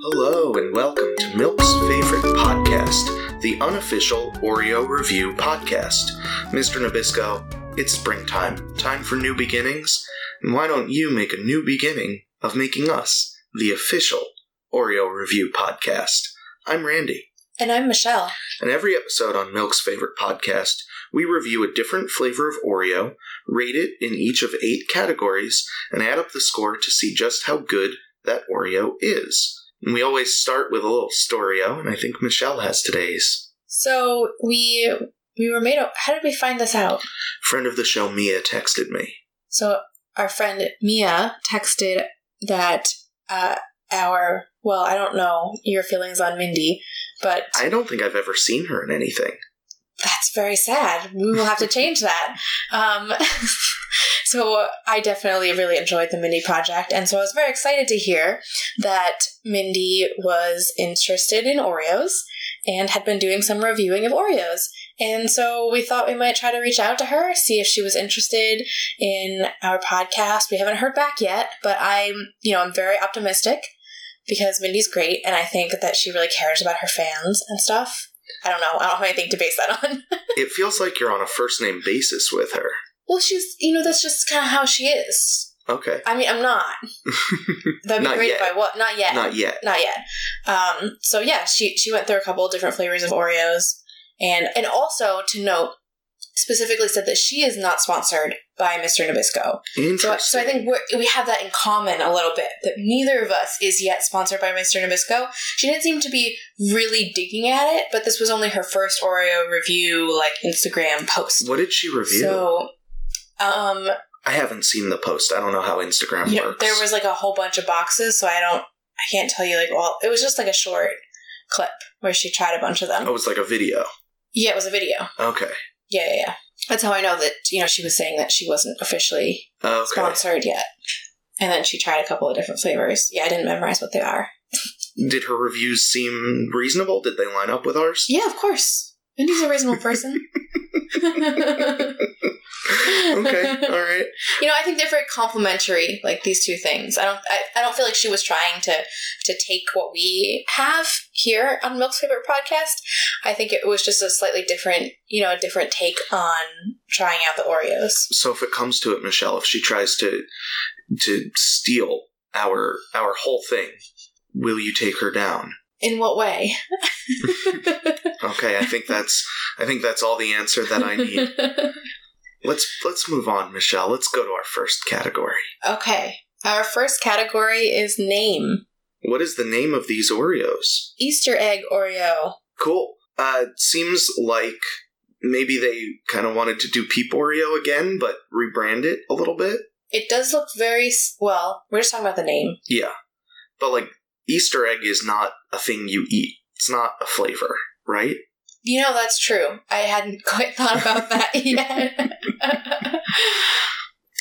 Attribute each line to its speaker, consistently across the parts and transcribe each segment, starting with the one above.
Speaker 1: Hello, and welcome to Milk's favorite podcast, the unofficial Oreo Review Podcast. Mr. Nabisco, it's springtime, time for new beginnings, and why don't you make a new beginning of making us the official Oreo Review Podcast? I'm Randy.
Speaker 2: And I'm Michelle.
Speaker 1: In every episode on Milk's Favorite Podcast, we review a different flavor of Oreo, rate it in each of eight categories, and add up the score to see just how good that Oreo is. And we always start with a little storio, and I think Michelle has today's.
Speaker 2: So we we were made. How did we find this out?
Speaker 1: Friend of the show Mia texted me.
Speaker 2: So our friend Mia texted that uh, our well, I don't know your feelings on Mindy, but
Speaker 1: I don't think I've ever seen her in anything.
Speaker 2: that's very sad. We will have to change that. Um, so I definitely really enjoyed the Mindy project, and so I was very excited to hear that Mindy was interested in Oreos and had been doing some reviewing of Oreos. And so we thought we might try to reach out to her, see if she was interested in our podcast. We haven't heard back yet, but I'm, you know, I'm very optimistic because Mindy's great and I think that she really cares about her fans and stuff. I don't know. I don't have anything to base that on.
Speaker 1: It feels like you're on a first name basis with her.
Speaker 2: well, she's, you know, that's just kind of how she is.
Speaker 1: Okay.
Speaker 2: I mean, I'm not. That'd be
Speaker 1: Not
Speaker 2: great
Speaker 1: yet.
Speaker 2: if I was. Not yet.
Speaker 1: Not yet.
Speaker 2: Not yet. Um, so yeah, she she went through a couple of different flavors of Oreos, and and also to note specifically said that she is not sponsored by Mr. Nabisco. So,
Speaker 1: Interesting.
Speaker 2: so I think we're, we have that in common a little bit that neither of us is yet sponsored by Mr. Nabisco. She didn't seem to be really digging at it, but this was only her first Oreo review like Instagram post.
Speaker 1: What did she review?
Speaker 2: So um
Speaker 1: I haven't seen the post. I don't know how Instagram
Speaker 2: you know,
Speaker 1: works.
Speaker 2: there was like a whole bunch of boxes, so I don't, I can't tell you like all. It was just like a short clip where she tried a bunch of them.
Speaker 1: Oh, it was like a video.
Speaker 2: Yeah, it was a video.
Speaker 1: Okay.
Speaker 2: Yeah, yeah, yeah. That's how I know that you know she was saying that she wasn't officially
Speaker 1: Okay.
Speaker 2: sponsored yet, and then she tried a couple of different flavors. Yeah, I didn't memorize what they are.
Speaker 1: Did her reviews seem reasonable? Did they line up with ours?
Speaker 2: Yeah, of course. Mindy's a reasonable person. you
Speaker 1: okay. All right.
Speaker 2: know, I think they're very complimentary, like these two things. I don't, I, I don't feel like she was trying to to take what we have here on Milk's favorite podcast. I think it was just a slightly different, you know, a different take on trying out the Oreos.
Speaker 1: So if it comes to it, Michelle, if she tries to to steal our our whole thing, will you take her down?
Speaker 2: In what way?
Speaker 1: Okay. I think that's I think that's all the answer that I need. let's let's move on, Michelle. Let's go to our first category.
Speaker 2: okay, our first category is name
Speaker 1: What is the name of these Oreos?
Speaker 2: Easter egg Oreo.
Speaker 1: Cool. Uh, it seems like maybe they kind of wanted to do Peep Oreo again, but rebrand it a little bit.
Speaker 2: It does look very s- well. We're just talking about the name.
Speaker 1: Yeah. But like, Easter egg is not a thing you eat, it's not a flavor, right?
Speaker 2: You know, that's true. I hadn't quite thought about that yet.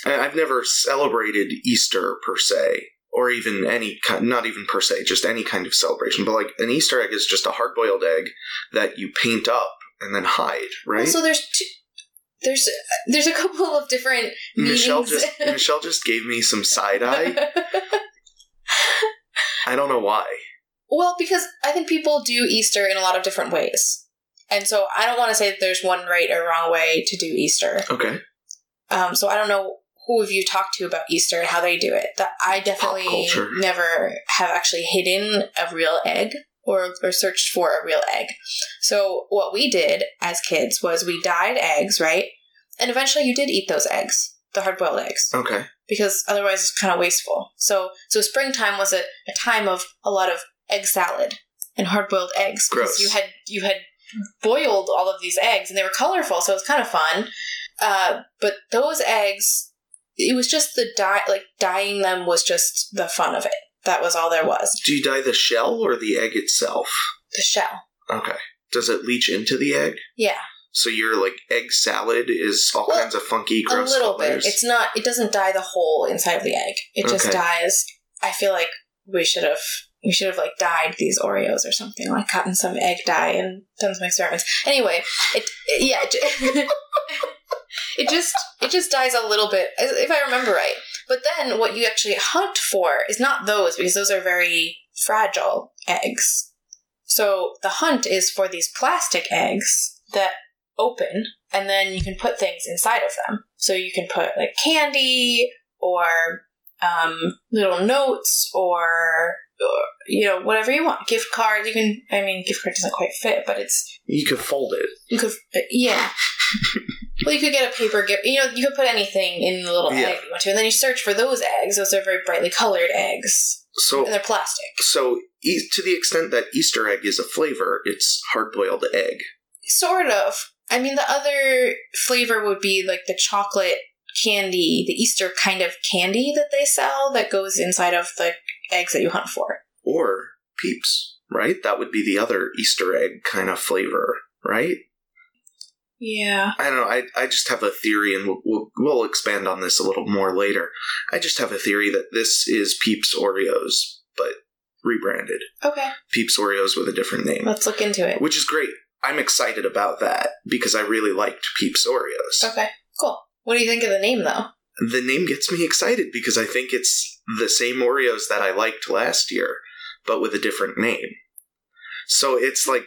Speaker 1: I- I've never celebrated Easter per se. Or even any kind, not even per se, just any kind of celebration. But like an Easter egg is just a hard boiled egg that you paint up and then hide, right?
Speaker 2: So there's two, there's there's a couple of different
Speaker 1: Michelle
Speaker 2: meanings.
Speaker 1: just Michelle just gave me some side eye. I don't know why.
Speaker 2: well, because I think people do Easter in a lot of different ways, and so I don't want to say that there's one right or wrong way to do Easter.
Speaker 1: Okay.
Speaker 2: Um, so I don't know who have you talked to about Easter and how they do it. That I definitely
Speaker 1: culture.
Speaker 2: never have actually hidden a real egg or, or searched for a real egg. So what we did as kids was we dyed eggs, right? And eventually you did eat those eggs, the hard boiled eggs,
Speaker 1: Okay.
Speaker 2: because otherwise it's kind of wasteful. So so springtime was a, a time of a lot of egg salad and hard boiled eggs
Speaker 1: Gross.
Speaker 2: because you had you had boiled all of these eggs and they were colorful, so it was kind of fun. Uh, but those eggs, it was just the dye, like dyeing them was just the fun of it. That was all there was.
Speaker 1: Do you dye the shell or the egg itself?
Speaker 2: The shell,
Speaker 1: Okay. Does it leach into the egg?
Speaker 2: yeah,
Speaker 1: So your like egg salad is all
Speaker 2: Well,
Speaker 1: kinds of funky,
Speaker 2: a
Speaker 1: gross
Speaker 2: little
Speaker 1: colors.
Speaker 2: bit. It's not. It doesn't dye the whole inside of the egg. It just
Speaker 1: Okay.
Speaker 2: dyes. I feel like we should have. We should have like dyed these Oreos or something, like gotten some egg dye and done some experiments. Anyway, it yeah, it, ju- it just it just dies a little bit, if I remember right. But then what you actually hunt for is not those because those are very fragile eggs. So the hunt is for these plastic eggs that open and then you can put things inside of them. So you can put like candy or um, little notes or, or you know whatever you want. Gift cards. You can. I mean, gift card doesn't quite fit, but it's
Speaker 1: You could fold it.
Speaker 2: you could. Yeah. well, you could get a paper gift. You know, you could put anything in the little
Speaker 1: Yeah.
Speaker 2: egg you want to, and then you search for those eggs. Those are very brightly colored eggs, and
Speaker 1: So,
Speaker 2: they're plastic.
Speaker 1: so e- to the extent that Easter egg is a flavor, it's hard boiled egg.
Speaker 2: Sort of. I mean, the other flavor would be like the chocolate candy, the Easter kind of candy that they sell that goes inside of the eggs that you hunt for.
Speaker 1: Or peeps, right? That would be the other Easter egg kind of flavor, right?
Speaker 2: Yeah.
Speaker 1: I don't know. I, I just have a theory, and we'll, we'll, we'll expand on this a little more later. I just have a theory that this is Peeps Oreos, but rebranded.
Speaker 2: Okay.
Speaker 1: Peeps Oreos with a different name,
Speaker 2: Let's look into it.
Speaker 1: which is great. I'm excited about that because I really liked Peeps Oreos.
Speaker 2: Okay. Cool. What do you think of the name though?
Speaker 1: The name gets me excited because I think it's the same Oreos that I liked last year, but with a different name. So it's like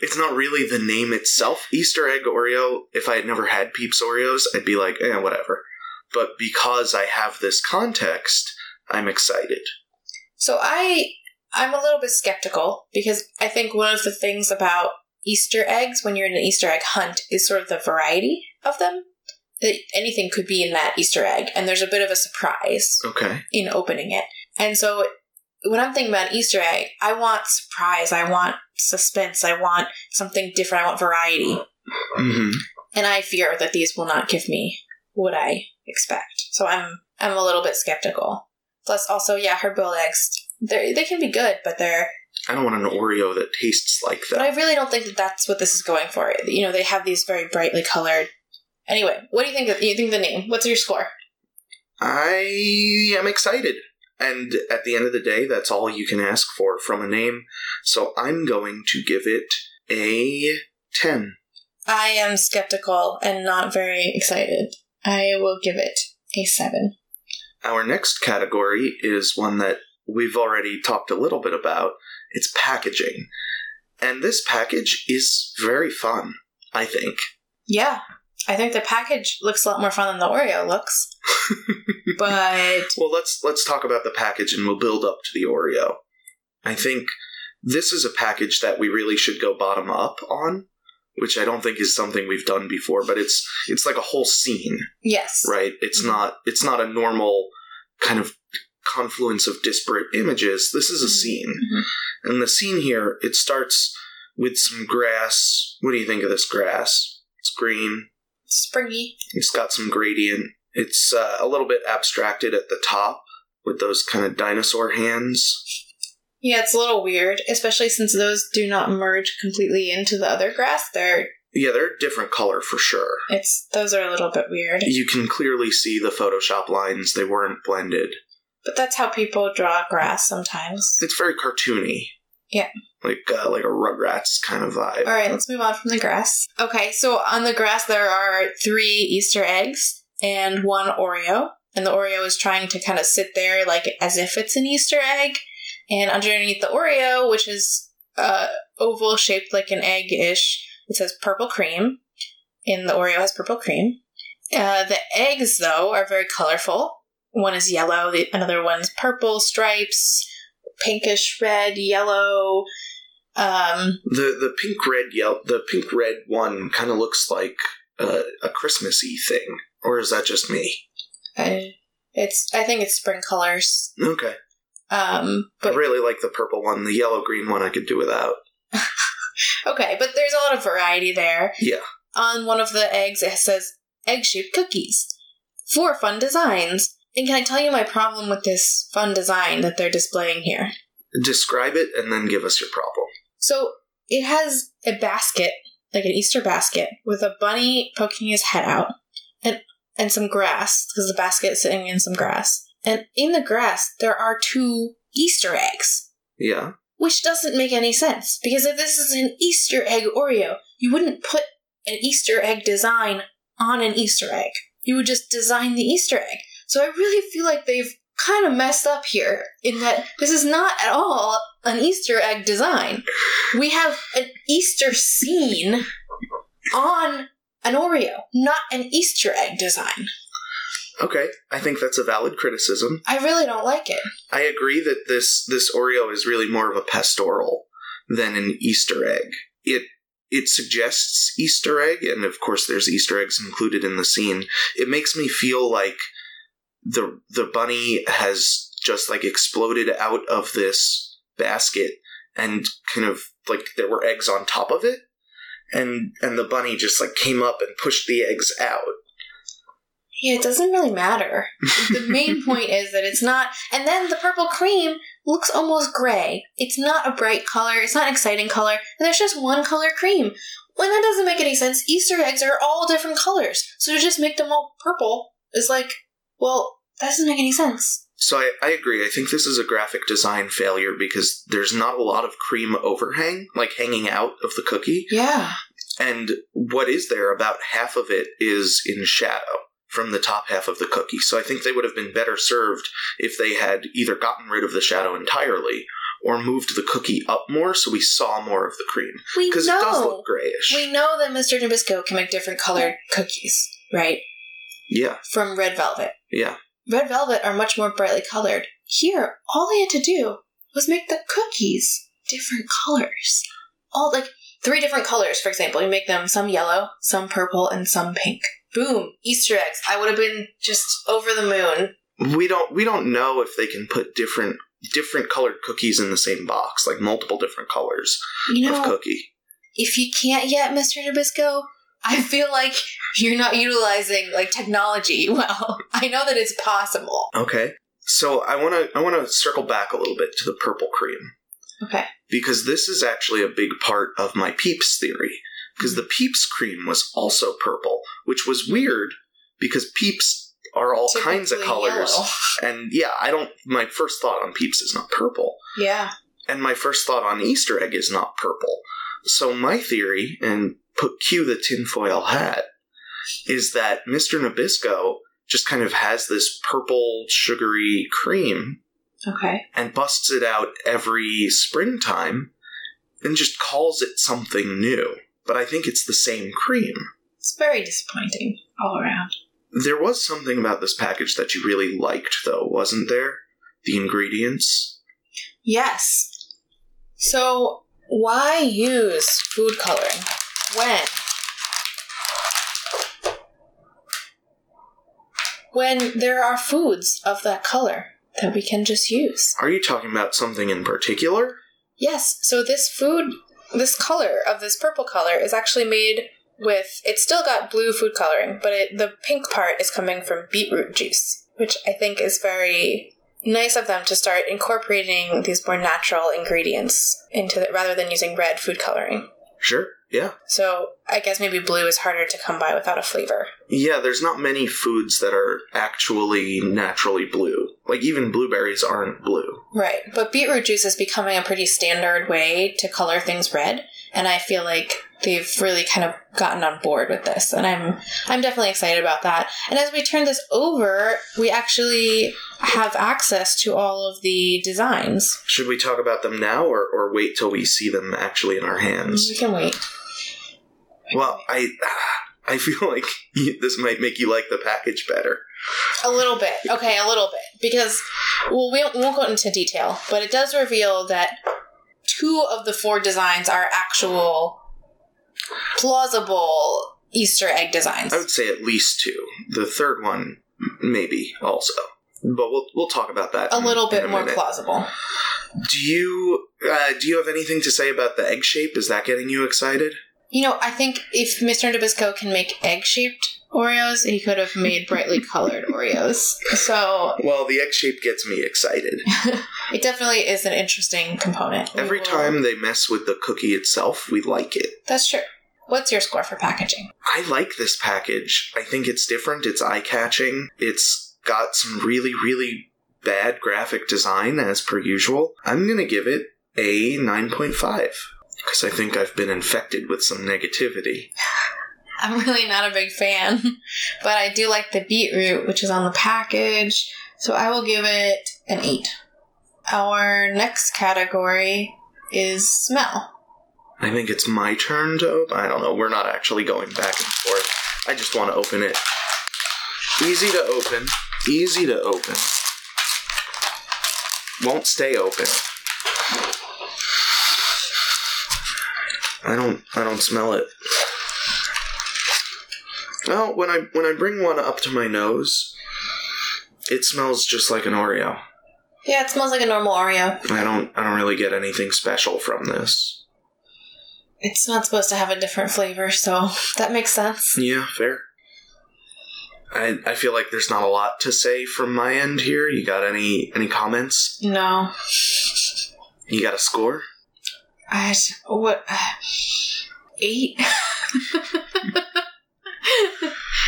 Speaker 1: it's not really the name itself. Easter egg Oreo, if I had never had Peeps Oreos, I'd be like, eh, whatever. But because I have this context, I'm excited.
Speaker 2: So I I'm a little bit skeptical because I think one of the things about Easter eggs when you're in an Easter egg hunt is sort of the variety of them. That anything could be in that Easter egg and there's a bit of a surprise
Speaker 1: Okay.
Speaker 2: in opening it. And so when I'm thinking about an Easter egg, I want surprise, I want suspense, I want something different, I want variety.
Speaker 1: hmm
Speaker 2: And I fear that these will not give me what I expect. So I'm I'm a little bit skeptical. Plus also, yeah, hard boiled eggs they they can be good, but they're
Speaker 1: I don't want an Oreo that tastes like
Speaker 2: but
Speaker 1: that.
Speaker 2: I really don't think that that's what this is going for. You know, they have these very brightly colored Anyway, what do you think of you think of the name? What's your score?
Speaker 1: I am excited. And at the end of the day, that's all you can ask for from a name. So I'm going to give it a 10.
Speaker 2: I am skeptical and not very excited. I will give it a 7.
Speaker 1: Our next category is one that we've already talked a little bit about. It's packaging. And this package is very fun, I think.
Speaker 2: Yeah. I think the package looks a lot more fun than the Oreo looks. but
Speaker 1: Well, let's let's talk about the package and we'll build up to the Oreo. I think this is a package that we really should go bottom up on, which I don't think is something we've done before, but it's it's like a whole scene,
Speaker 2: yes.
Speaker 1: right? It's
Speaker 2: Mhm.
Speaker 1: not it's not a normal kind of confluence of disparate images. This is a
Speaker 2: Mhm.
Speaker 1: scene.
Speaker 2: Mhm.
Speaker 1: And the scene here, it starts with some grass. What do you think of this grass? It's green.
Speaker 2: Springy.
Speaker 1: It's got some gradient. It's uh, a little bit abstracted at the top with those kind of dinosaur hands.
Speaker 2: Yeah, it's a little weird, especially since those do not merge completely into the other grass. They're
Speaker 1: Yeah, they're a different color for sure.
Speaker 2: it's those are a little bit weird.
Speaker 1: You can clearly see the Photoshop lines, they weren't blended.
Speaker 2: But that's how people draw grass sometimes.
Speaker 1: It's very cartoony.
Speaker 2: Yeah.
Speaker 1: Like uh, like a Rugrats kind of vibe.
Speaker 2: All right, let's move on from the grass. Okay, so on the grass there are three Easter eggs and one Oreo, and the Oreo is trying to kind of sit there like as if it's an Easter egg, and underneath the Oreo, which is uh, oval shaped like an egg ish, it says purple cream, and the Oreo has purple cream. Uh, the eggs though are very colorful. One is yellow, the, another one's purple stripes, pinkish red, yellow. Um,
Speaker 1: The the pink red yellow the pink red one kind of looks like uh, a Christmassy thing, or is that just me?
Speaker 2: I, it's I think it's spring colors.
Speaker 1: Okay,
Speaker 2: Um,
Speaker 1: I
Speaker 2: but
Speaker 1: really like the purple one. The yellow green one I could do without.
Speaker 2: okay, but there's a lot of variety there.
Speaker 1: Yeah.
Speaker 2: On one of the eggs, it says egg-shaped cookies, four fun designs. And can I tell you my problem with this fun design that they're displaying here?
Speaker 1: Describe it and then give us your problem.
Speaker 2: So it has a basket, like an Easter basket, with a bunny poking his head out, and and some grass because the basket is sitting in some grass. And in the grass, there are two Easter eggs.
Speaker 1: Yeah.
Speaker 2: Which doesn't make any sense, because if this is an Easter egg Oreo, you wouldn't put an Easter egg design on an Easter egg. You would just design the Easter egg. So I really feel like they've kind of messed up here in that this is not at all an Easter egg design. We have an Easter scene on an Oreo, not an Easter egg design.
Speaker 1: Okay, I think that's a valid criticism.
Speaker 2: I really don't like it.
Speaker 1: I agree that this this Oreo is really more of a pastoral than an Easter egg. It it suggests Easter egg, and of course there's Easter eggs included in the scene. It makes me feel like the the bunny has just like exploded out of this basket and kind of like there were eggs on top of it and and the bunny just like came up and pushed the eggs out
Speaker 2: Yeah, it doesn't really matter. The main point is that it's not. And then the purple cream looks almost gray. It's not a bright color, it's not an exciting color, and there's just one color cream. When that doesn't make any sense, Easter eggs are all different colors. So to just make them all purple is like, well, that doesn't make any sense.
Speaker 1: so I, I agree i think this is a graphic design failure because there's not a lot of cream overhang like hanging out of the cookie
Speaker 2: Yeah.
Speaker 1: and what is there about half of it is in shadow from the top half of the cookie so i think they would have been better served if they had either gotten rid of the shadow entirely or moved the cookie up more so we saw more of the cream
Speaker 2: We
Speaker 1: because
Speaker 2: know.
Speaker 1: it does look grayish
Speaker 2: we know that Mr. Nabisco can make different colored cookies, right?
Speaker 1: yeah
Speaker 2: From red velvet.
Speaker 1: yeah
Speaker 2: Red velvet are much more brightly colored. Here, all he had to do was make the cookies different colors. All like three different colors, for example. You make them some yellow, some purple, and some pink. Boom! Easter eggs. I would have been just over the moon.
Speaker 1: we don't we don't know if they can put different different colored cookies in the same box like multiple different colors
Speaker 2: You
Speaker 1: of
Speaker 2: know,
Speaker 1: cookie
Speaker 2: if you can't yet, Mr. Nabisco, I feel like you're not utilizing like technology well. I know that it's possible.
Speaker 1: okay so i want to i want to circle back a little bit to the purple cream
Speaker 2: Okay.
Speaker 1: because this is actually a big part of my peeps theory because the peeps cream was also purple which was weird because peeps are all kinds of
Speaker 2: Typically
Speaker 1: colors
Speaker 2: yellow.
Speaker 1: and yeah i don't my first thought on peeps is not purple
Speaker 2: Yeah.
Speaker 1: and my first thought on Easter egg is not purple. So my theory, and put cue the tinfoil hat, is that Mr. Nabisco just kind of has this purple sugary cream
Speaker 2: Okay.
Speaker 1: and busts it out every springtime and just calls it something new. But I think it's the same cream.
Speaker 2: It's very disappointing all around.
Speaker 1: There was something about this package that you really liked, though, wasn't there? The ingredients?
Speaker 2: Yes. So, why use food coloring when when there are foods of that color that we can just use?
Speaker 1: Are you talking about something in particular?
Speaker 2: Yes. So this food, this color of this purple color is actually made with. It's still got blue food coloring, but it, the pink part is coming from beetroot juice, which I think is very nice of them to start incorporating these more natural ingredients into it rather than using red food coloring.
Speaker 1: Sure, yeah.
Speaker 2: So I guess maybe blue is harder to come by without a flavor.
Speaker 1: Yeah, there's not many foods that are actually naturally blue. Like even blueberries aren't blue.
Speaker 2: Right, but beetroot juice is becoming a pretty standard way to color things red, and I feel like they've really kind of gotten on board with this, and I'm I'm definitely excited about that. And as we turn this over, we actually have access to all of the designs.
Speaker 1: Should we talk about them now or, or wait till we see them actually in our hands?
Speaker 2: We can wait.
Speaker 1: Well, I I feel like you, this might make you like the package better.
Speaker 2: A little bit. Okay, a little bit. Because, well, we won't- we won't go into detail, but it does reveal that two of the four designs are actual, plausible Easter egg designs.
Speaker 1: I would say at least two. The third one m- maybe also. But we'll we'll talk about that
Speaker 2: A
Speaker 1: in-
Speaker 2: little
Speaker 1: in
Speaker 2: bit
Speaker 1: a
Speaker 2: more
Speaker 1: minute.
Speaker 2: plausible.
Speaker 1: Do you uh, do you have anything to say about the egg shape? Is that getting you excited?
Speaker 2: You know, I think if Mr. Nabisco can make egg shaped Oreos, he could have made brightly colored Oreos. So
Speaker 1: Well, the egg shape gets me excited.
Speaker 2: it definitely is an interesting component. We
Speaker 1: Every
Speaker 2: will-
Speaker 1: time they mess with the cookie itself, we like it.
Speaker 2: That's true. What's your score for packaging?
Speaker 1: I like this package. I think it's different, it's eye catching, it's got some really, really bad graphic design as per usual. I'm gonna give it a 9.5 because I think I've been infected with some negativity.
Speaker 2: I'm really not a big fan, but I do like the beetroot, which is on the package. So I will give it an eight. Our next category is smell.
Speaker 1: I think it's my turn to open. I don't know. We're not actually going back and forth. I just want to open it. Easy to open. Easy to open. Won't stay open. I don't. I don't smell it. Well, when I when I bring one up to my nose, it smells just like an Oreo.
Speaker 2: Yeah, it smells like a normal Oreo.
Speaker 1: I don't. I don't really get anything special from this.
Speaker 2: It's not supposed to have a different flavor, so that makes sense.
Speaker 1: Yeah, fair. I I feel like there's not a lot to say from my end here. You got any any comments?
Speaker 2: No,
Speaker 1: You got a score?
Speaker 2: I s- what eight.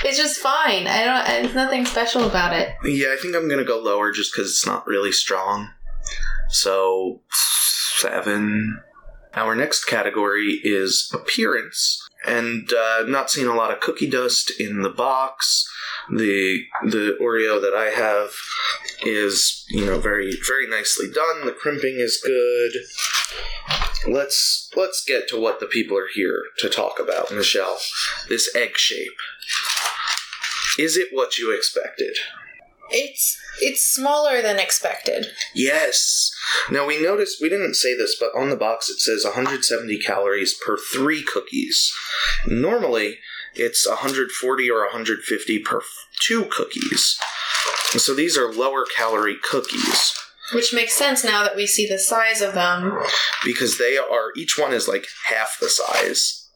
Speaker 2: it's just fine. I don't. There's nothing special about it.
Speaker 1: Yeah, I think I'm gonna go lower just because it's not really strong. So seven. Our next category is appearance, and uh, not seeing a lot of cookie dust in the box. The the Oreo that I have is you know very very nicely done. The crimping is good. Let's let's get to what the people are here to talk about, Michelle. This egg shape. Is it what you expected?
Speaker 3: It's it's smaller than expected.
Speaker 1: Yes. Now we noticed we didn't say this, but on the box it says 170 calories per three cookies. Normally, it's 140 or 150 per f- two cookies. So these are lower calorie cookies
Speaker 2: Which makes sense now that we see the size of them.
Speaker 1: because they are each one is like half the size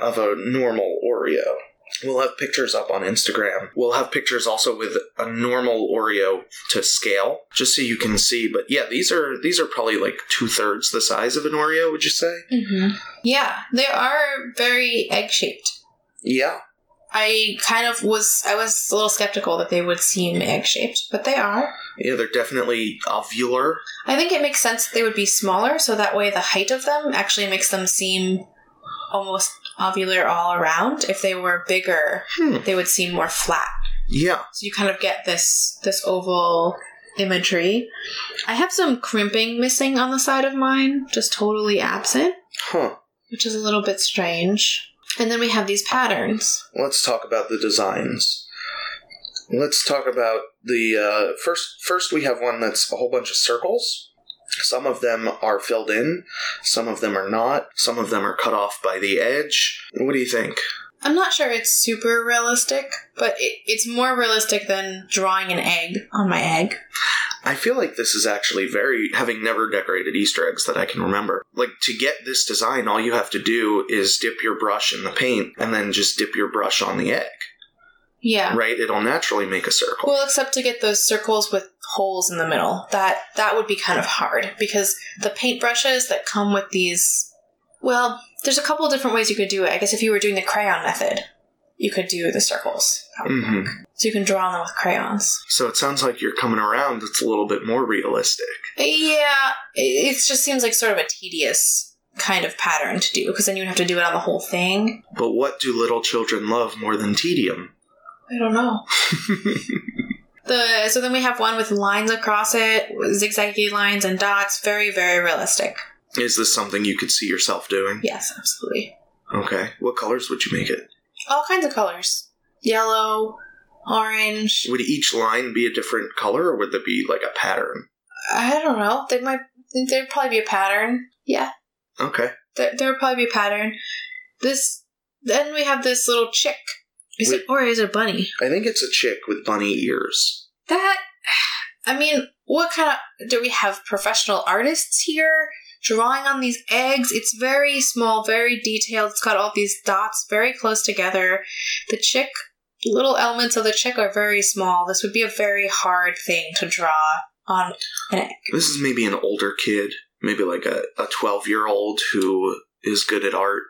Speaker 1: of a normal Oreo. We'll have pictures up on Instagram. We'll have pictures also with a normal Oreo to scale, just so you can see. But yeah, these are these are probably like two thirds the size of an Oreo. Would you say?
Speaker 2: Mm-hmm. Yeah, they are very egg shaped.
Speaker 1: Yeah,
Speaker 2: I kind of was I was a little skeptical that they would seem egg shaped, but they are.
Speaker 1: yeah, they're definitely ovular.
Speaker 2: I think it makes sense that they would be smaller, so that way the height of them actually makes them seem almost ovular all around. If they were bigger,
Speaker 1: Hmm.
Speaker 2: they would seem more flat.
Speaker 1: Yeah,
Speaker 2: So you kind of get this this oval imagery. I have some crimping missing on the side of mine, just totally absent,
Speaker 1: huh.
Speaker 2: which is a little bit strange. And then we have these patterns.
Speaker 1: Let's talk about the designs. Let's talk about the uh, first. First, we have one that's a whole bunch of circles. Some of them are filled in, some of them are not. Some of them are cut off by the edge. What do you think?
Speaker 2: I'm not sure it's super realistic, but it, it's more realistic than drawing an egg on my egg.
Speaker 1: I feel like this is actually very, having never decorated Easter eggs that I can remember. Like, to get this design, all you have to do is dip your brush in the paint and then just dip your brush on the egg,
Speaker 2: Yeah.
Speaker 1: right? It'll naturally make a circle.
Speaker 2: Well, except to get those circles with holes in the middle. That that would be kind of hard because the paintbrushes that come with these well, there's a couple of different ways you could do it. I guess if you were doing the crayon method, you could do the circles.
Speaker 1: hmm
Speaker 2: So you can draw on them with crayons.
Speaker 1: So it sounds like you're coming around that's a little bit more realistic.
Speaker 2: Yeah, it, it just seems like sort of a tedious kind of pattern to do because then you'd have to do it on the whole thing.
Speaker 1: But what do little children love more than tedium?
Speaker 2: I don't know. The so then we have one with lines across it, zigzaggy lines and dots. Very very realistic.
Speaker 1: is this something you could see yourself doing?
Speaker 2: Yes, absolutely.
Speaker 1: Okay. What colors would you make it?
Speaker 2: All kinds of colors: yellow, orange.
Speaker 1: Would each line be a different color or would there be like a pattern?
Speaker 2: I don't know. There might there'd probably be a pattern. Yeah,
Speaker 1: Okay.
Speaker 2: there there'd probably be a pattern. This then we have this little chick. Is it or is it a bunny?
Speaker 1: I think it's a chick with bunny ears.
Speaker 2: That I mean, what kind of do we have professional artists here drawing on these eggs? It's very small, very detailed. It's got all these dots very close together. The chick little elements of the chick are very small. This would be a very hard thing to draw on an egg.
Speaker 1: This is maybe an older kid, maybe like a, a 12 year old who is good at art.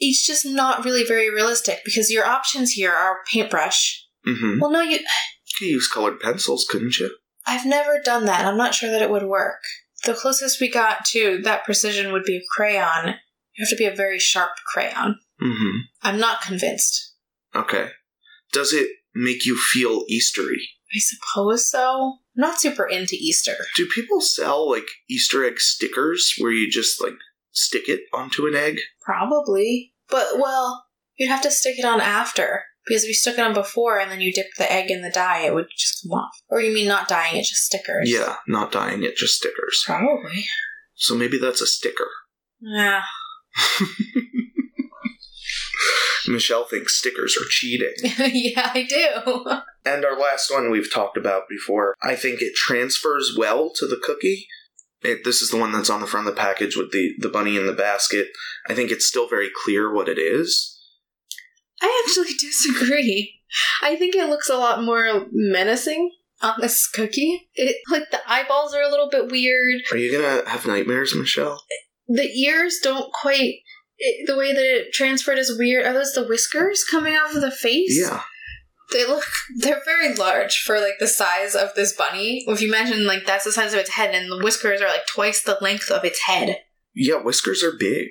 Speaker 2: It's just not really very realistic because your options here are paintbrush.
Speaker 1: Mm-hmm.
Speaker 2: Well, no, you
Speaker 1: You could use colored pencils, couldn't you?
Speaker 2: I've never done that. I'm not sure that it would work. The closest we got to that precision would be a crayon. You have to be a very sharp crayon.
Speaker 1: Mm-hmm.
Speaker 2: I'm not convinced.
Speaker 1: Okay. Does it make you feel Eastery?
Speaker 2: I suppose so. not super into Easter.
Speaker 1: Do people sell like Easter egg stickers where you just like stick it onto an egg?
Speaker 2: Probably. But, well, you'd have to stick it on after. Because if you stuck it on before and then you dipped the egg in the dye, it would just come off. Or you mean not dyeing it, just stickers?
Speaker 1: Yeah, not dyeing it, just stickers.
Speaker 2: Probably. Ah,
Speaker 1: So maybe that's a sticker.
Speaker 2: Yeah.
Speaker 1: Michelle thinks stickers are cheating.
Speaker 2: yeah, I do.
Speaker 1: And our last one we've talked about before. I think it transfers well to the cookie. It, this is the one that's on the front of the package with the, the bunny in the basket. I think it's still very clear what it is.
Speaker 2: I actually disagree. I think it looks a lot more menacing on this cookie. It like the eyeballs are a little bit weird.
Speaker 1: Are you gonna have nightmares, Michelle?
Speaker 2: The ears don't quite it, the way that it transferred is weird. Are those the whiskers coming off of the face?
Speaker 1: Yeah.
Speaker 2: They look they're very large for like the size of this bunny. If you imagine like that's the size of its head and the whiskers are like twice the length of its head.
Speaker 1: Yeah, whiskers are big.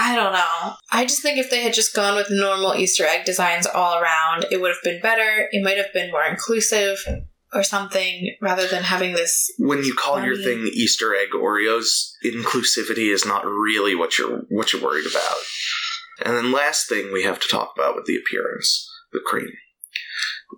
Speaker 2: I don't know. I just think if they had just gone with normal Easter egg designs all around, it would have been better. It might have been more inclusive or something rather than having this.
Speaker 1: When you call your
Speaker 2: Bunny.
Speaker 1: thing Easter egg Oreos, inclusivity is not really what you're what you're worried about. And then last thing we have to talk about with the appearance, the cream.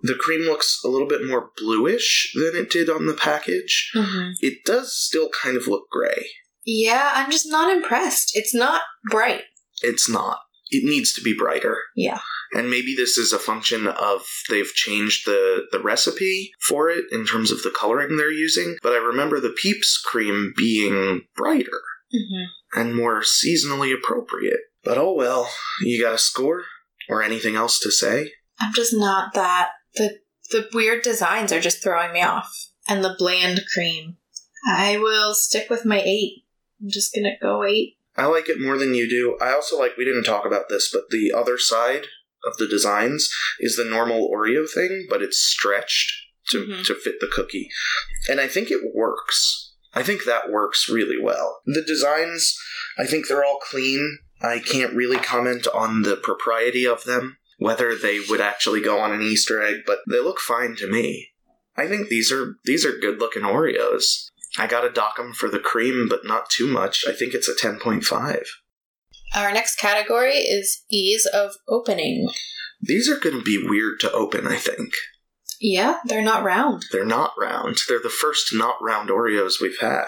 Speaker 1: The cream looks a little bit more bluish than it did on the package.
Speaker 2: Mm-hmm. Hmm.
Speaker 1: It does still kind of look gray.
Speaker 2: Yeah, I'm just not impressed. It's not bright.
Speaker 1: It's not. It needs to be brighter.
Speaker 2: Yeah.
Speaker 1: And maybe this is a function of they've changed the, the recipe for it in terms of the coloring they're using, but I remember the Peeps cream being brighter
Speaker 2: Mm-hmm.
Speaker 1: and more seasonally appropriate. But oh well, you got a score? Or anything else to say?
Speaker 2: I'm just not that. The the weird designs are just throwing me off, and the bland cream. I will stick with my eight. I'm just gonna go eight.
Speaker 1: I like it more than you do. I also like, we didn't talk about this, but the other side of the designs is the normal Oreo thing, but it's stretched to,
Speaker 2: Mhm.
Speaker 1: to fit the cookie. And I think it works. I think that works really well. The designs, I think they're all clean. I can't really comment on the propriety of them, whether they would actually go on an Easter egg, but they look fine to me. I think these are these are good looking Oreos. I gotta dock them for the cream, but not too much. I think it's a ten point five.
Speaker 2: Our next category is ease of opening.
Speaker 1: These are gonna be weird to open. I think
Speaker 2: Yeah, they're not round.
Speaker 1: they're not round. They're the first not round Oreos we've had.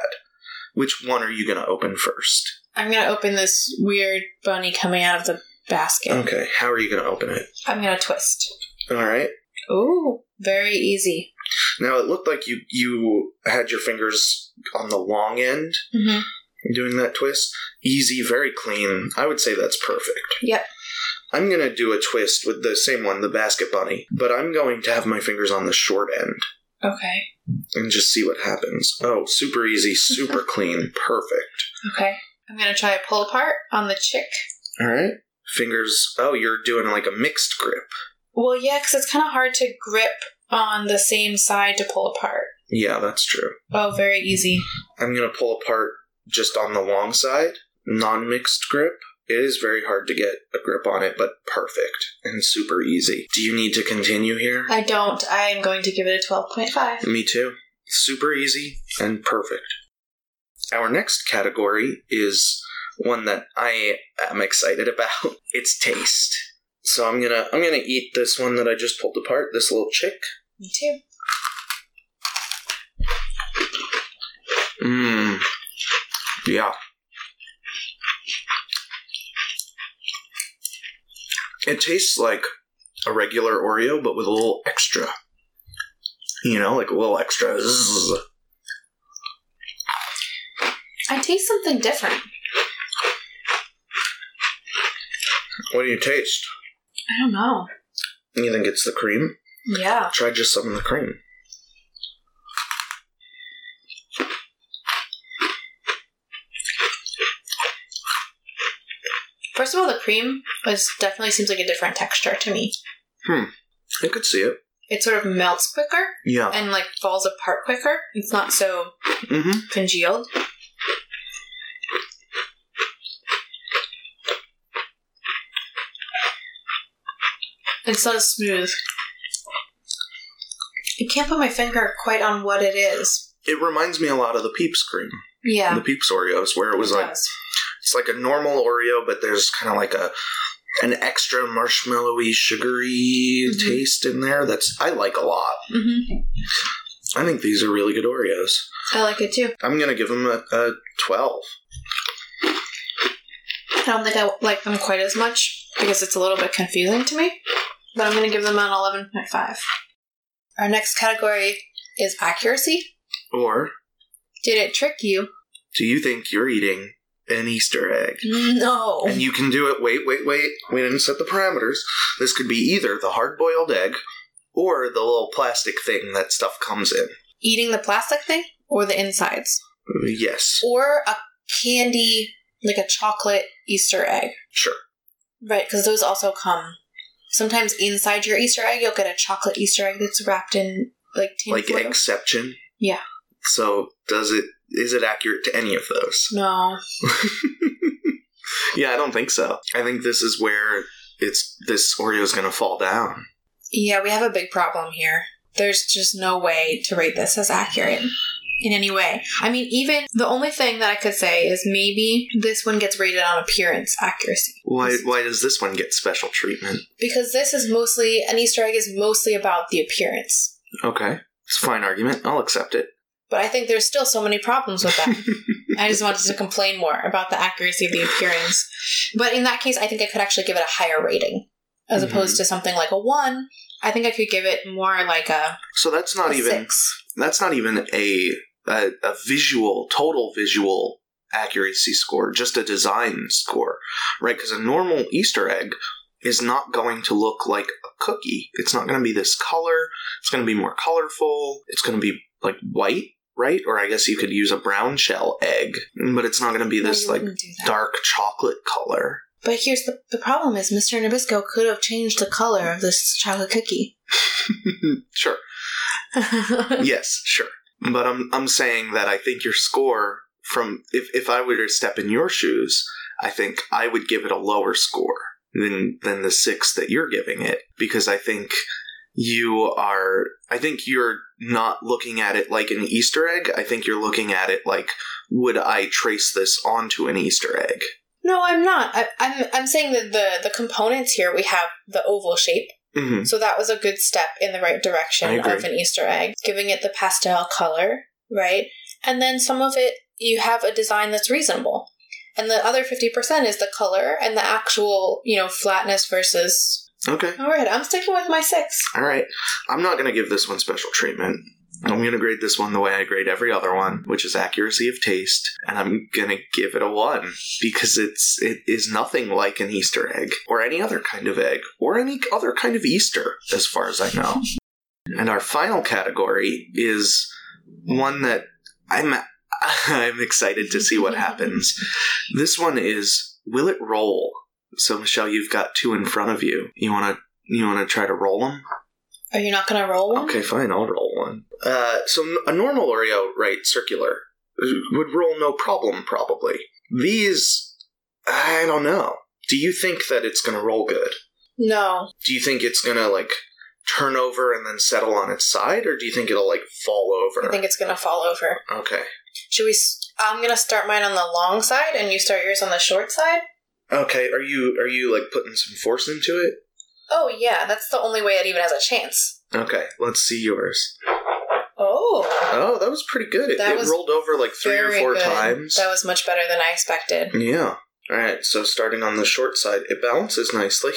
Speaker 1: Which one are you gonna open first?
Speaker 2: I'm gonna open this weird bunny coming out of the basket.
Speaker 1: Okay, how are you gonna open it?
Speaker 2: I'm gonna twist.
Speaker 1: All right.
Speaker 2: Ooh, very easy.
Speaker 1: Now it looked like you you had your fingers on the long end
Speaker 2: Mm-hmm.
Speaker 1: doing that twist. Easy, very clean. I would say that's perfect.
Speaker 2: Yep.
Speaker 1: I'm gonna do a twist with the same one, the basket bunny, but I'm going to have my fingers on the short end
Speaker 2: Okay.
Speaker 1: and just see what happens. Oh, super easy, super clean, perfect.
Speaker 2: Okay. I'm gonna try a pull apart on the chick.
Speaker 1: All right. Fingers. Oh, you're doing like a mixed grip.
Speaker 2: Well, yeah, because it's kind of hard to grip on the same side to pull apart.
Speaker 1: Yeah, that's true.
Speaker 2: Oh, very easy.
Speaker 1: I'm gonna pull apart just on the long side, non mixed grip. It is very hard to get a grip on it, but perfect and super easy. Do you need to continue here?
Speaker 2: I don't. I am going to give it a 12.5.
Speaker 1: Me too. Super easy and perfect. Our next category is one that I am excited about. It's taste. So I'm gonna I'm gonna eat this one that I just pulled apart, this little chick.
Speaker 2: Me too.
Speaker 1: Mmm. Yeah. It tastes like a regular Oreo, but with a little extra. You know, like a little extra. Zzz.
Speaker 2: I taste something different.
Speaker 1: What do you taste?
Speaker 2: I don't know.
Speaker 1: You think it's the cream?
Speaker 2: Yeah.
Speaker 1: Try just some of the cream.
Speaker 2: First of all, the cream is definitely seems like a different texture to me.
Speaker 1: I could see it.
Speaker 2: It sort of melts quicker
Speaker 1: Yeah.
Speaker 2: and like falls apart quicker. It's not so
Speaker 1: Mm-hmm.
Speaker 2: congealed. It's so smooth. I can't put my finger quite on what it is.
Speaker 1: It reminds me a lot of the Peeps cream,
Speaker 2: Yeah.
Speaker 1: the Peeps Oreos, where it was
Speaker 2: it
Speaker 1: like
Speaker 2: does.
Speaker 1: it's like a normal Oreo, but there's kind of like a an extra marshmallowy, sugary
Speaker 2: Mhm.
Speaker 1: taste in there. That's I like a lot.
Speaker 2: Mhm.
Speaker 1: I think these are really good Oreos.
Speaker 2: I like it too.
Speaker 1: I'm gonna give them a, a twelve.
Speaker 2: I don't think I like them quite as much because it's a little bit confusing to me, but I'm going to give them an 11.5. Our next category is accuracy.
Speaker 1: Or
Speaker 2: Did it trick you?
Speaker 1: do you think you're eating an Easter egg?
Speaker 2: No.
Speaker 1: And you can do it. Wait, wait, wait. We didn't set the parameters. This could be either the hard boiled egg or the little plastic thing that stuff comes in.
Speaker 2: Eating the plastic thing or the insides?
Speaker 1: Yes,
Speaker 2: Or a candy, like a chocolate Easter egg.
Speaker 1: sure.
Speaker 2: Right, because those also come. Sometimes inside your Easter egg, you'll get a chocolate Easter egg that's wrapped in like tin
Speaker 1: Like
Speaker 2: foil.
Speaker 1: exception.
Speaker 2: Yeah.
Speaker 1: So does it? Is it accurate to any of those?
Speaker 2: No.
Speaker 1: yeah, I don't think so. I think this is where it's this Oreo is gonna fall down.
Speaker 2: Yeah, we have a big problem here. There's just no way to rate this as accurate in any way. I mean, even the only thing that I could say is maybe this one gets rated on appearance accuracy.
Speaker 1: Why? Why does this one get special treatment?
Speaker 2: Because this is mostly, an Easter egg is mostly about the appearance.
Speaker 1: Okay, it's a fine argument. I'll accept it.
Speaker 2: But I think there's still so many problems with that. I just wanted to complain more about the accuracy of the appearance. But in that case, I think I could actually give it a higher rating as
Speaker 1: Mhm.
Speaker 2: opposed to something like a one. I think I could give it more like a,
Speaker 1: so that's not
Speaker 2: a
Speaker 1: even.
Speaker 2: six.
Speaker 1: that's not even a, a a visual total visual accuracy score just a design score right because a normal easter egg is not going to look like a cookie it's not going to be this color it's going to be more colorful it's going to be like white right or i guess you could use a brown shell egg but it's not going to be
Speaker 2: No,
Speaker 1: this
Speaker 2: you
Speaker 1: like
Speaker 2: wouldn't do that.
Speaker 1: dark chocolate color
Speaker 2: But here's the, the problem is Mr. Nabisco could have changed the color of this chocolate cookie.
Speaker 1: sure yes, sure. But I'm I'm saying that I think your score from if if I were to step in your shoes, I think I would give it a lower score than than the 6 that you're giving it because I think you are I think you're not looking at it like an easter egg. I think you're looking at it like would I trace this onto an easter egg?
Speaker 2: no, I'm not. I, I'm I'm saying that the the components here we have the oval shape.
Speaker 1: Mhm.
Speaker 2: So that was a good step in the right
Speaker 1: I
Speaker 2: direction
Speaker 1: agree.
Speaker 2: of an Easter egg, giving it the pastel color, right? And then some of it, you have a design that's reasonable. And the other 50% is the color and the actual, you know, flatness versus.
Speaker 1: Okay.
Speaker 2: All right, I'm sticking with my six.
Speaker 1: All right. I'm not going to give this one special treatment. I'm going to grade this one the way I grade every other one, which is accuracy of taste, and I'm going to give it a 1 because it's it is nothing like an Easter egg or any other kind of egg or any other kind of Easter as far as I know. and our final category is one that I'm I'm excited to see what happens. This one is will it roll? So Michelle, you've got two in front of you. You want to you want to try to roll them?
Speaker 2: Are you not going to roll one?
Speaker 1: Okay, fine. I'll roll one. Oh. Uh, so n- a normal Oreo, right, circular, uh, would roll no problem, probably. These, I don't know. Do you think that it's going to roll good?
Speaker 2: No.
Speaker 1: Do you think it's going to, like, turn over and then settle on its side, or do you think it'll, like, fall over?
Speaker 2: I think it's going to fall over.
Speaker 1: okay.
Speaker 2: Should we. s I'm going to start mine on the long side and you start yours on the short side?
Speaker 1: Okay, are you, are you, like, putting some force into it?
Speaker 2: Oh, yeah, that's the only way it even has a chance.
Speaker 1: Okay, let's see yours.
Speaker 2: Oh.
Speaker 1: Oh, that was pretty good. It,
Speaker 2: That
Speaker 1: it
Speaker 2: was
Speaker 1: rolled over, like, three or
Speaker 2: very
Speaker 1: four
Speaker 2: good.
Speaker 1: times.
Speaker 2: That was much better than I expected.
Speaker 1: Yeah. All right. So starting on the short side, it balances nicely.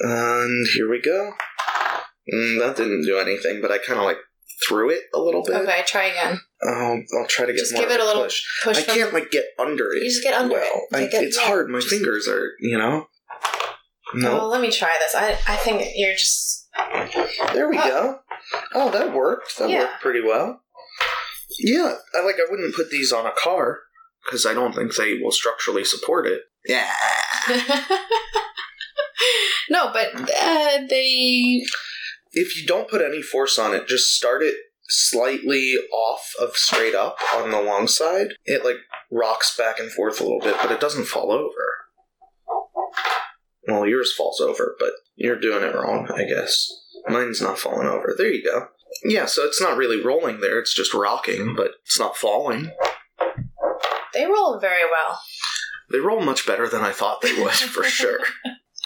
Speaker 1: And here we go. Mm, that didn't do anything, but I kind of like threw it a little bit.
Speaker 2: Okay, try again.
Speaker 1: Um, I'll try to get
Speaker 2: Just
Speaker 1: more
Speaker 2: give
Speaker 1: of
Speaker 2: it a little
Speaker 1: push.
Speaker 2: push.
Speaker 1: I
Speaker 2: from
Speaker 1: can't like get under
Speaker 2: the-
Speaker 1: it.
Speaker 2: you just get under
Speaker 1: well.
Speaker 2: it.
Speaker 1: I-
Speaker 2: Like, get-
Speaker 1: it's
Speaker 2: yeah,
Speaker 1: hard. My
Speaker 2: just-
Speaker 1: fingers are, you know. No,
Speaker 2: Oh, let me try this. I I think you're just.
Speaker 1: there we
Speaker 2: oh.
Speaker 1: go. Oh, that worked. That
Speaker 2: Yeah.
Speaker 1: worked pretty well. Yeah, I like. I wouldn't put these on a car because I don't think they will structurally support it. Yeah.
Speaker 2: no, but
Speaker 1: Hmm.
Speaker 2: uh, they.
Speaker 1: if you don't put any force on it, just start it slightly off of straight up on the long side. It like rocks back and forth a little bit, but it doesn't fall over. Well, yours falls over, but you're doing it wrong, I guess. Mine's not falling over. There you go. Yeah, so it's not really rolling there, it's just rocking, but it's not falling.
Speaker 2: They roll very well.
Speaker 1: They roll much better than I thought they would, for sure.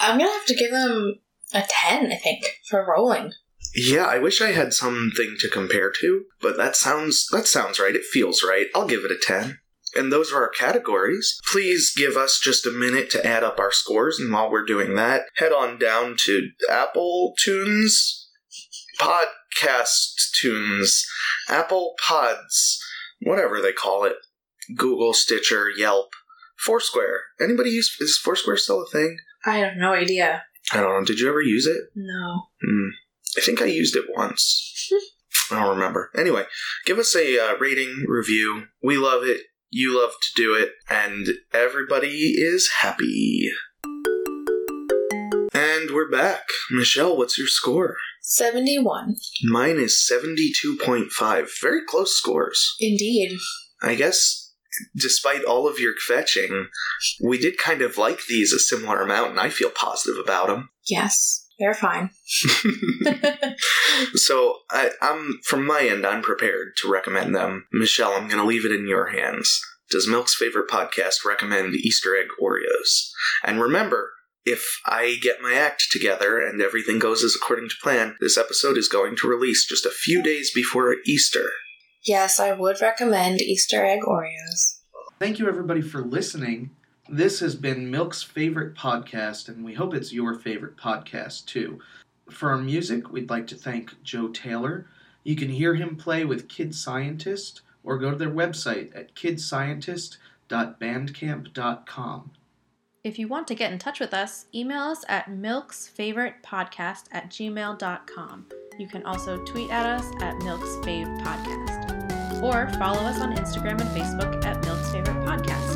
Speaker 2: I'm gonna have to give them a ten, I think, for rolling.
Speaker 1: Yeah, I wish I had something to compare to, but that sounds that sounds right. It feels right. I'll give it a 10. And those are our categories. Please give us just a minute to add up our scores, and while we're doing that, head on down to Apple Tunes Podcast Tunes, Apple Pods, whatever they call it. Google, Stitcher, Yelp, Foursquare. Anybody use is Foursquare still a thing?
Speaker 2: I have no idea.
Speaker 1: I don't know. Did you ever use it?
Speaker 2: No.
Speaker 1: Hmm. I think I used it once. I don't remember. Anyway, give us a uh, rating, review. We love it. You love to do it. And everybody is happy. And we're back. Michelle, what's your score?
Speaker 2: Seventy-one.
Speaker 1: Mine is 72.5. Very close scores.
Speaker 2: Indeed.
Speaker 1: I guess, despite all of your fetching, we did kind of like these a similar amount, and I feel positive about them.
Speaker 2: Yes. They're fine.
Speaker 1: So I, I'm from my end, I'm prepared to recommend them. Michelle, I'm going to leave it in your hands. Does Milk's favorite podcast recommend Easter egg Oreos? And remember, if I get my act together and everything goes as according to plan, this episode is going to release just a few days before Easter.
Speaker 2: yes, I would recommend Easter egg Oreos.
Speaker 1: Thank you, everybody, for listening. This has been Milk's favorite podcast, and we hope it's your favorite podcast, too. For our music, we'd like to thank Joe Taylor. You can hear him play with Kid Scientist or go to their website at kidscientist.bandcamp.com.
Speaker 4: If you want to get in touch with us, email us at milksfavoritepodcast at gmail.com. You can also tweet at us at milksfavepodcast. Or follow us on Instagram and Facebook at milksfavoritepodcast.